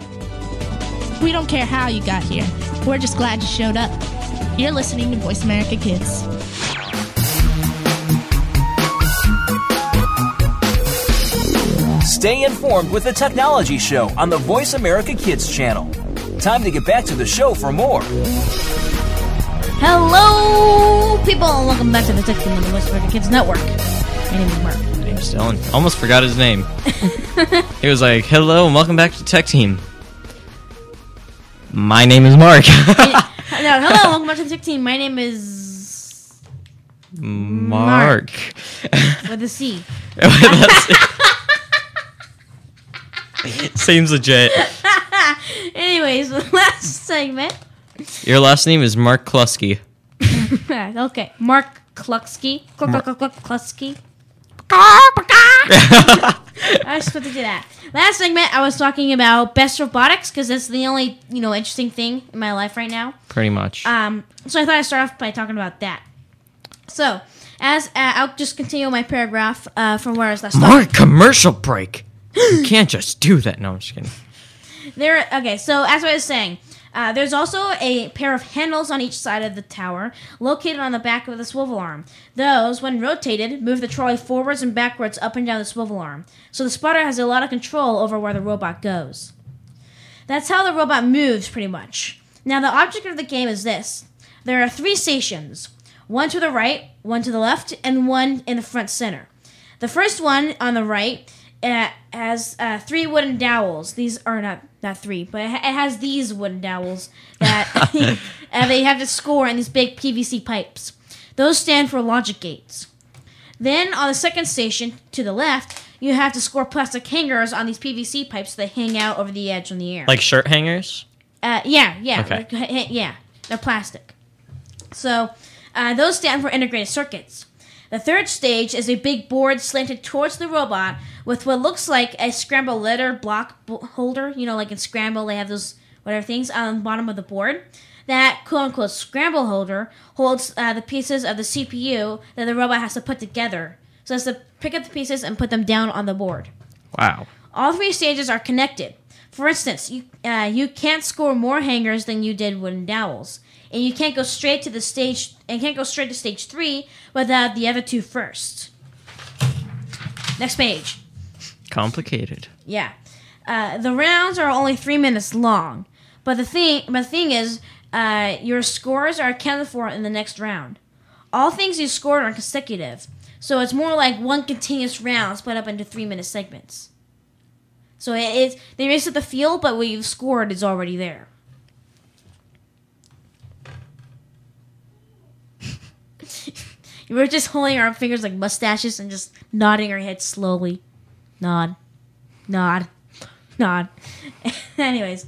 S5: We don't care how you got here. We're just glad you showed up. You're listening to Voice America Kids.
S1: Stay informed with the Technology Show on the Voice America Kids channel. Time to get back to the show for more.
S2: Hello, people, and welcome back to the Tech Team on the West Virginia Kids Network. My name is Mark.
S3: Name's Dylan. Almost forgot
S2: <laughs>
S3: his name. he was like, "Hello and welcome back to Tech Team." My name is Mark. <laughs>
S2: No, hello, welcome back to the 16. My name is
S3: Mark.
S2: with a C.
S3: <laughs> Seems legit.
S2: Anyways, <laughs> the last segment.
S3: Your last name is Mark Klusky.
S2: okay, Mark Klucksky. Kluk- kluk- kluk- kluk- Klucksky. I was supposed to do that. Last segment, I was talking about best robotics because that's the only you know interesting thing in my life right now.
S3: <laughs> Pretty much.
S2: Um, so I thought I'd start off by talking about that. So, as uh, I'll just continue my paragraph uh, from where I was last. talking.
S3: Mark, commercial break. you can't just do that. No, I'm just kidding.
S2: There. Okay. So as I was saying, uh, there's also a pair of handles on each side of the tower, located on the back of the swivel arm. Those, when rotated, move the trolley forwards and backwards up and down the swivel arm. So the spotter has a lot of control over where the robot goes. That's how the robot moves, pretty much. Now the object of the game is this: there are three stations, one to the right, one to the left, and one in the front center. The first one on the right uh, has uh, three wooden dowels. These are not not three, but it, ha- it has these wooden dowels that <laughs> uh, they have to score in these big PVC pipes. Those stand for logic gates. Then on the second station to the left, you have to score plastic hangers on these PVC pipes that hang out over the edge in the air.
S3: Like shirt hangers?
S2: Uh, yeah, yeah,
S3: Okay.
S2: like, h- h- yeah. They're plastic. So uh, those stand for integrated circuits. The third stage is a big board slanted towards the robot with what looks like a scramble letter block b- holder. You know, like in Scramble, they have those whatever things on the bottom of the board. That quote unquote scramble holder holds uh, the pieces of the CPU that the robot has to put together. So it has to pick up the pieces and put them down on the board.
S3: Wow.
S2: All three stages are connected. For instance, you, uh, you can't score more hangers than you did wooden dowels, and you can't go straight to the stage and can't go straight to stage three without the other two first. Next page.
S3: Complicated.
S2: Yeah. Uh, the rounds are only three minutes long, but the thing, but the thing is, uh, your scores are accounted for in the next round. All things you scored are consecutive, so it's more like one continuous round split up into three minute segments. So it is they race at the field, but what you've scored is already there. <laughs> we were just holding our fingers like mustaches and just nodding our heads slowly. Nod nod, nod. <laughs> Anyways,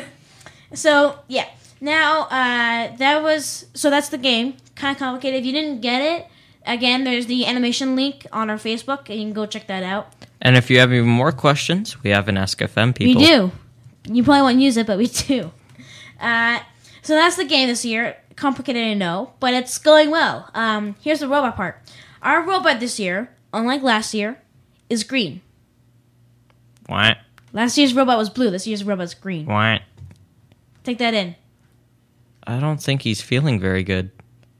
S2: <laughs> so yeah. Now uh, that was so that's the game. Kind of complicated. If you didn't get it, again, there's the animation link on our Facebook, and you can go check that out.
S3: And if you have even more questions, we have an Ask FM people.
S2: We do. You probably won't use it, but we <laughs> do. Uh, so that's the game this year. Complicated, I know, but it's going well. Um, here's the robot part. Our robot this year, unlike last year, is green.
S3: What?
S2: Last year's robot was blue. This year's robot's green.
S3: What?
S2: Take that in.
S3: I don't think he's feeling very good.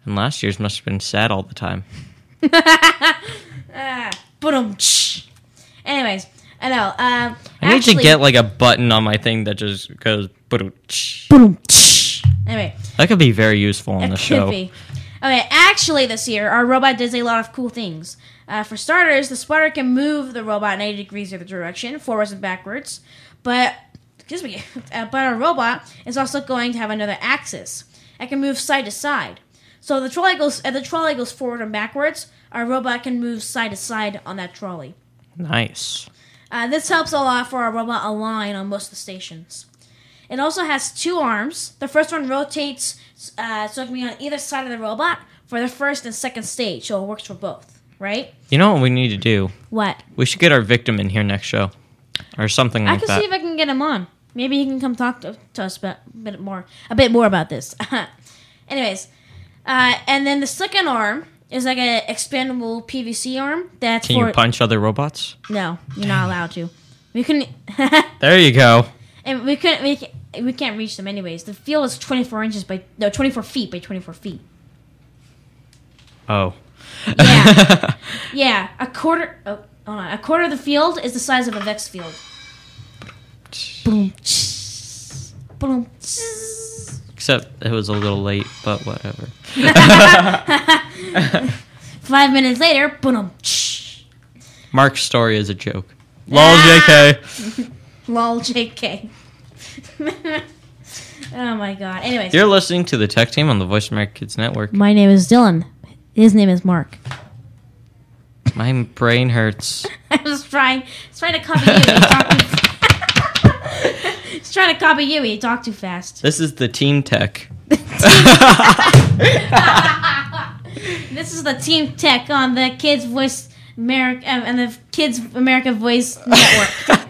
S3: And last year's must have been sad all the time.
S2: Boom. Anyways, I know. Um,
S3: I
S2: actually,
S3: need to get like a button on my thing that just goes. ba-dum-tsh.
S2: anyway,
S3: That could be very useful on
S2: it
S3: the
S2: could
S3: show.
S2: be. Okay, actually, this year our robot does a lot of cool things. Uh, for starters, the spotter can move the robot 90 degrees the other direction, forwards and backwards. But excuse me, <laughs> uh, but our robot is also going to have another axis. It can move side to side. So the trolley goes, uh, the trolley goes forward and backwards. Our robot can move side to side on that trolley.
S3: Nice.
S2: Uh, this helps a lot for our robot align on most of the stations. It also has two arms. The first one rotates uh, so it can be on either side of the robot for the first and second stage, so it works for both, right?
S3: You know what we need to do?
S2: What?
S3: We should get our victim in here next show, or something
S2: I
S3: like
S2: can
S3: that.
S2: see if I can get him on. Maybe he can come talk to, to us about a bit more, a bit more about this. <laughs> Anyways, uh, and then the second arm is like an expandable PVC arm. That's
S3: Can
S2: for
S3: you punch other robots?
S2: no, you're not allowed to. We can. <laughs>
S3: There you go.
S2: And we couldn't. We can't, we can't reach them anyways. The field is 24 inches by no 24 feet by 24 feet.
S3: Oh,
S2: Yeah, yeah. A quarter. Oh, hold on. A quarter of the field is the size of a vex field. Boom. tss, Boom. tss.
S3: <laughs> except it was a little late, but whatever.
S2: <laughs> Five minutes later. Boom. tsh.
S3: Mark's story is a
S2: Ah.
S3: joke. Lol, JK.
S2: Lol. Jk. <laughs> Oh my god. Anyways,
S3: You're listening to the Tech Team on the Voice America Kids Network.
S2: my name is Dylan. His name is Mark.
S3: My brain hurts.
S2: I <laughs> was trying, was trying to copy you. He talked too He's trying to copy you. He talked too fast.
S3: This is the
S2: <laughs>
S3: Team Tech.
S2: This is the Team Tech on the Kids Voice America um, and the Kids America Voice Network.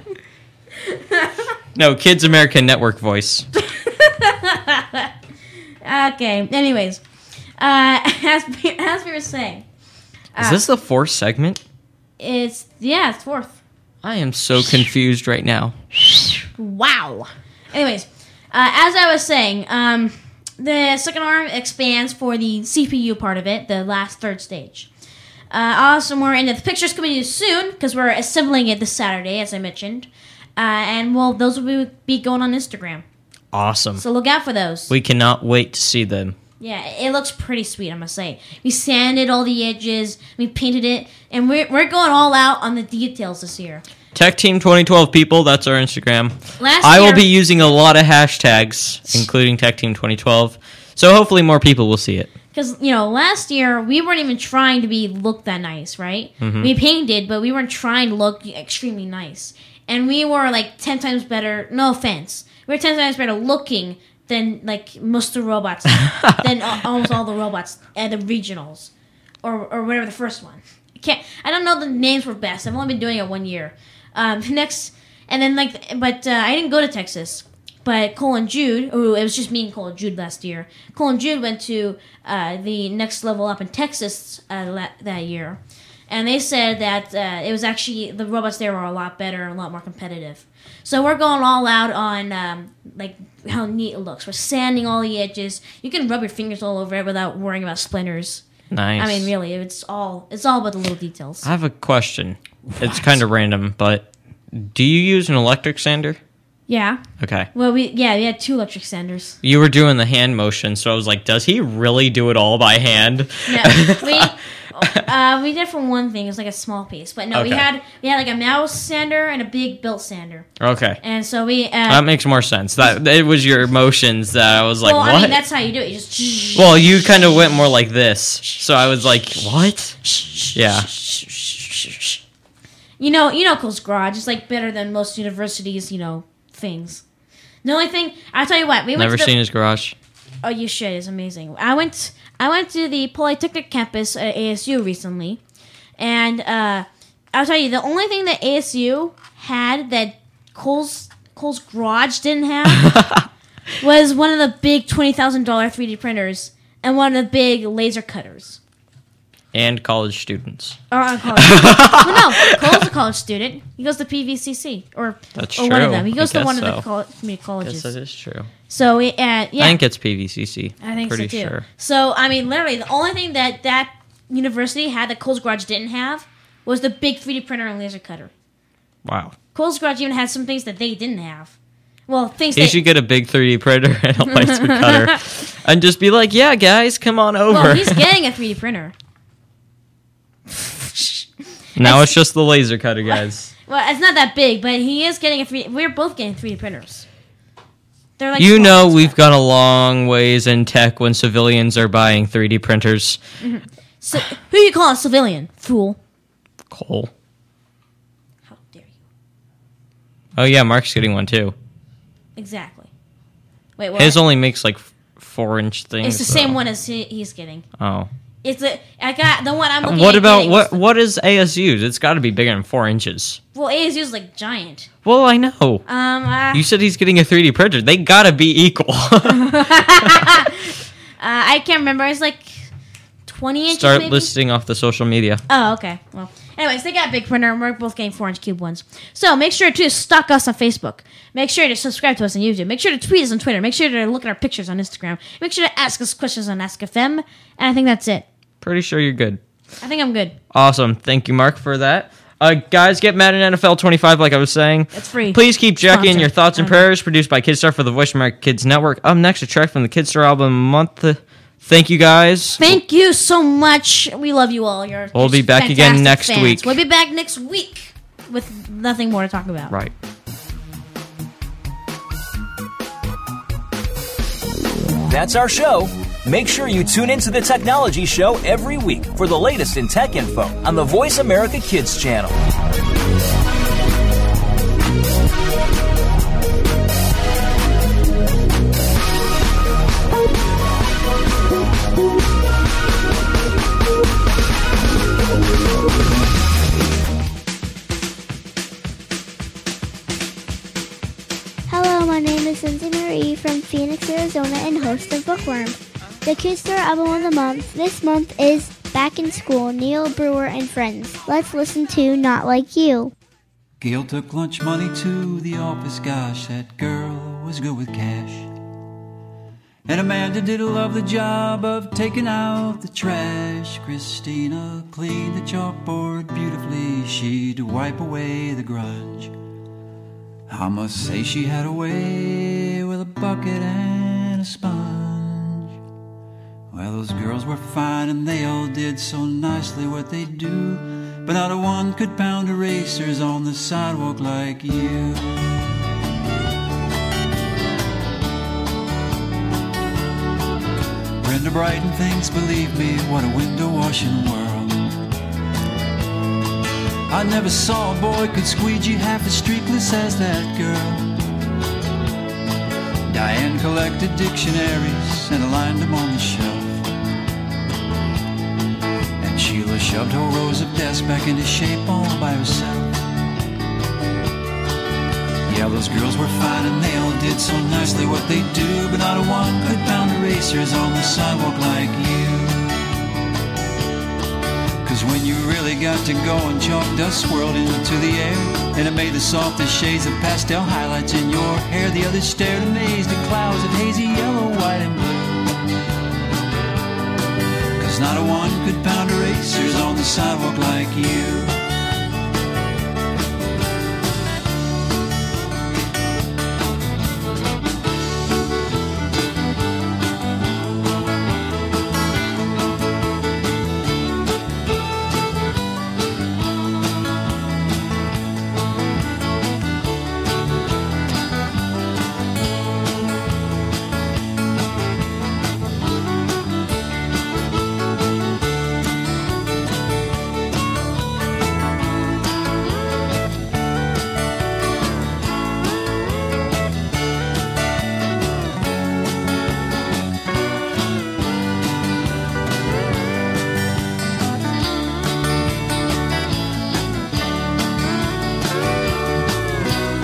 S3: No, Kids American Network Voice.
S2: okay. Anyways, uh, <laughs> as we, as we were saying, Ah.
S3: Is this the fourth segment?
S2: it's yeah, it's fourth.
S3: I am so confused right now.
S2: Wow. Anyways, uh, as I was saying, um, the second arm expands for the CPU part of it, the last third stage. Uh, also, more into the pictures coming in soon because we're assembling it this Saturday, as I mentioned, uh, and well, those will be, be going on Instagram.
S3: Awesome.
S2: So look out for those.
S3: We cannot wait to see them.
S2: Yeah, it it looks pretty sweet, I must say. We sanded all the edges, we painted it, and we're, we're going all out on the details this year.
S3: Tech Team 2012 people, that's our Instagram.
S2: Last
S3: I will
S2: year-
S3: be using a lot of hashtags, including Tech Team 2012. So hopefully more people will see it.
S2: Because, you know, last year we weren't even trying to be look that nice, right? We painted, but we weren't trying to look extremely nice. And we were like 10 times better, no offense, we were 10 times better looking than like most of the robots, than al- almost all the robots at the regionals or, or whatever the first one. I can't, I don't know the names for best. I've only been doing it one year. Um, <laughs> the next, and then like, but uh, I didn't go to Texas. But Cole and Jude, ooh, it was just me and Cole and Jude last year. Cole and Jude went to uh, the next level up in Texas uh, la- that year, and they said that uh, it was actually the robots there were a lot better and a lot more competitive. So we're going all out on um, like how neat it looks. We're sanding all the edges. You can rub your fingers all over it without worrying about splinters.
S3: Nice.
S2: I mean, really, it's all it's all about the little details.
S3: I have a question. It's kind of random, but do you use an electric sander?
S2: yeah.
S3: Okay.
S2: Well, we yeah we had two electric sanders.
S3: You were doing the hand motion, so I was like, does he really do it all by hand?
S2: No,
S3: <laughs>
S2: we uh, we did for one thing. It was like a small piece, but no, we
S3: Okay.
S2: had we had like a mouse sander and a big belt sander,
S3: Okay.
S2: and so we. Uh,
S3: That makes more sense. That it was your motions that I was like,
S2: well,
S3: what?
S2: I mean that's how you do it. You just
S3: well, you kind of went more like this, so I was like, what? Yeah.
S2: you know you know Cole's garage is like better than most universities you know things. The only thing I tell you what we went
S3: Never
S2: to the,
S3: seen his garage.
S2: Oh, you should. It's amazing. I went. I went to the Polytechnic campus at ASU recently, and uh, I'll tell you the only thing that ASU had that Cole's Cole's garage didn't have
S3: <laughs>
S2: was one of the big twenty thousand dollar three D printers and one of the big laser cutters.
S3: And college students.
S2: Or
S3: <laughs>
S2: a college. well, no, Cole's a college student. He goes to PVCC or
S3: That's
S2: or one of
S3: true.
S2: them. He
S3: I
S2: goes to
S3: guess
S2: one of the
S3: so.
S2: col- community
S3: Yes,
S2: colleges.
S3: that is true.
S2: So it, uh, yeah.
S3: I think it's PVCC.
S2: I think
S3: Pretty
S2: so too.
S3: sure.
S2: So I mean, literally, the only thing that that university had that Cole's Garage didn't have was the big 3D printer and laser cutter.
S3: Wow.
S2: Cole's Garage even had some things that they didn't have. Well, things
S3: He
S2: that
S3: should get a big 3D printer and
S2: <laughs>
S3: a laser cutter, and just be like, "Yeah, guys, come on over."
S2: well, he's getting a 3D printer.
S3: <laughs> now it's just the laser cutter, guys.
S2: Well, it's not that big, but he is getting a 3D. We're both getting 3D printers. They're like
S3: You
S2: small
S3: know,
S2: ones,
S3: we've
S2: but-
S3: gone a long ways in tech when civilians are buying 3D printers.
S2: So, who you calling a civilian fool?
S3: Cole.
S2: How dare you?
S3: Oh yeah, Mark's getting one too.
S2: Exactly. Wait, what?
S3: His only makes like f- four inch things.
S2: it's the
S3: so-
S2: same one as he, he's getting.
S3: Oh.
S2: It's a, I got the one I'm looking
S3: What
S2: at
S3: about
S2: getting
S3: what? What is ASU's? It's got to be bigger than four inches.
S2: Well, ASU's like giant.
S3: Well, I know.
S2: Um, uh,
S3: You said he's getting a 3D printer. They gotta
S2: <laughs>
S3: be equal.
S2: uh, I can't remember. It's like twenty inches.
S3: Start
S2: maybe?
S3: listing off the social media.
S2: Oh, okay. Well, anyways, they got a big printer, and we're both getting four-inch cube ones. So make sure to stalk us on Facebook. Make sure to subscribe to us on YouTube. Make sure to tweet us on Twitter. Make sure to look at our pictures on Instagram. Make sure to ask us questions on Ask FM. And I think that's it.
S3: Pretty sure you're good.
S2: I think I'm good.
S3: Awesome. Thank you, Mark, for that. Uh, guys, get mad at NFL 25, like I was saying.
S2: It's free.
S3: Please keep checking
S2: Sponsor.
S3: your thoughts and
S2: I know.
S3: prayers, produced by Kidstar for the Voice of America Kids Network. Up next, a track from the Kidstar album Month. Thank you, guys.
S2: Thank you so much. We love you all. You're
S3: We'll
S2: just
S3: be back again
S2: fantastic
S3: next
S2: fans.
S3: week.
S2: We'll be back next week with nothing more to talk about.
S3: right.
S1: That's our show. Make sure you tune into the Technology Show every week for the latest in tech info on the Voice America Kids channel.
S9: Hello, my name is Lindsay Marie from Phoenix, Arizona, and host of Bookworm, the Kids Store album of the month. This month is Back in School, Neil Brewer and Friends. Let's listen to Not Like You.
S10: Gail took lunch money to the office. Gosh, that girl was good with cash. And Amanda did a lovely job of taking out the trash. Christina cleaned the chalkboard beautifully. She'd wipe away the grunge. I must say she had a way with a bucket and a sponge. Well, those girls were fine and they all did so nicely what they do. But not a one could pound erasers on the sidewalk like you. Brenda Brighton thinks, believe me, what a window washing world. I never saw a boy could squeegee half as streakless as that girl. Diane collected dictionaries and aligned them on the shelf. And Sheila shoved her rows of desks back into shape all by herself. Yeah, those girls were fine and they all did so nicely what they do, but not a one could pound erasers on the sidewalk like you. Cause when you really got to go and chalk dust swirled into the air And it made the softest shades of pastel highlights in your hair The others stared amazed at clouds of hazy yellow, white and blue Cause not a one could pound erasers on the sidewalk like you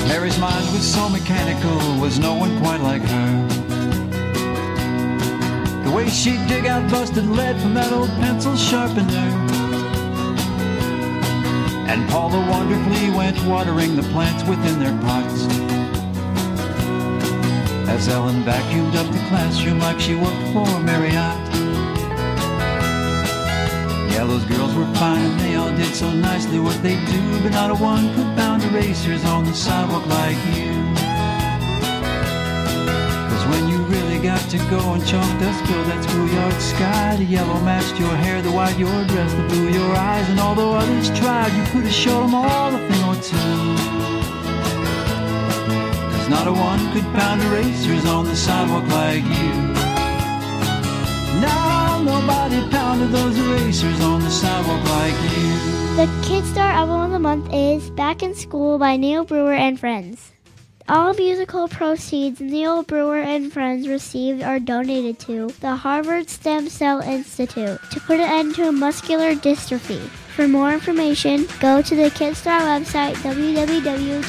S10: Mary's mind was so mechanical, was no one quite like her. The way she'd dig out busted lead from that old pencil sharpener. And Paula wonderfully went watering the plants within their pots. As Ellen vacuumed up the classroom like she worked for Marriott. Yeah, those girls were fine and they all did so nicely what they do, but not a one could bound erasers on the sidewalk like you. Cause when you really got to go and chalk dust fill that schoolyard sky, the yellow matched your hair, the white your dress, the blue your eyes, and although others tried, you could have showed them all a thing or two. Cause not a one could pound erasers on the sidewalk like you. Now nobody pounded those erasers on the sidewalk like you.
S9: The Kid Star album of the month is Back in School by Neil Brewer and Friends. All musical proceeds Neil Brewer and Friends received are donated to the Harvard Stem Cell Institute to put an end to muscular dystrophy. For more information, go to the Kidstar website www.kidstar.org.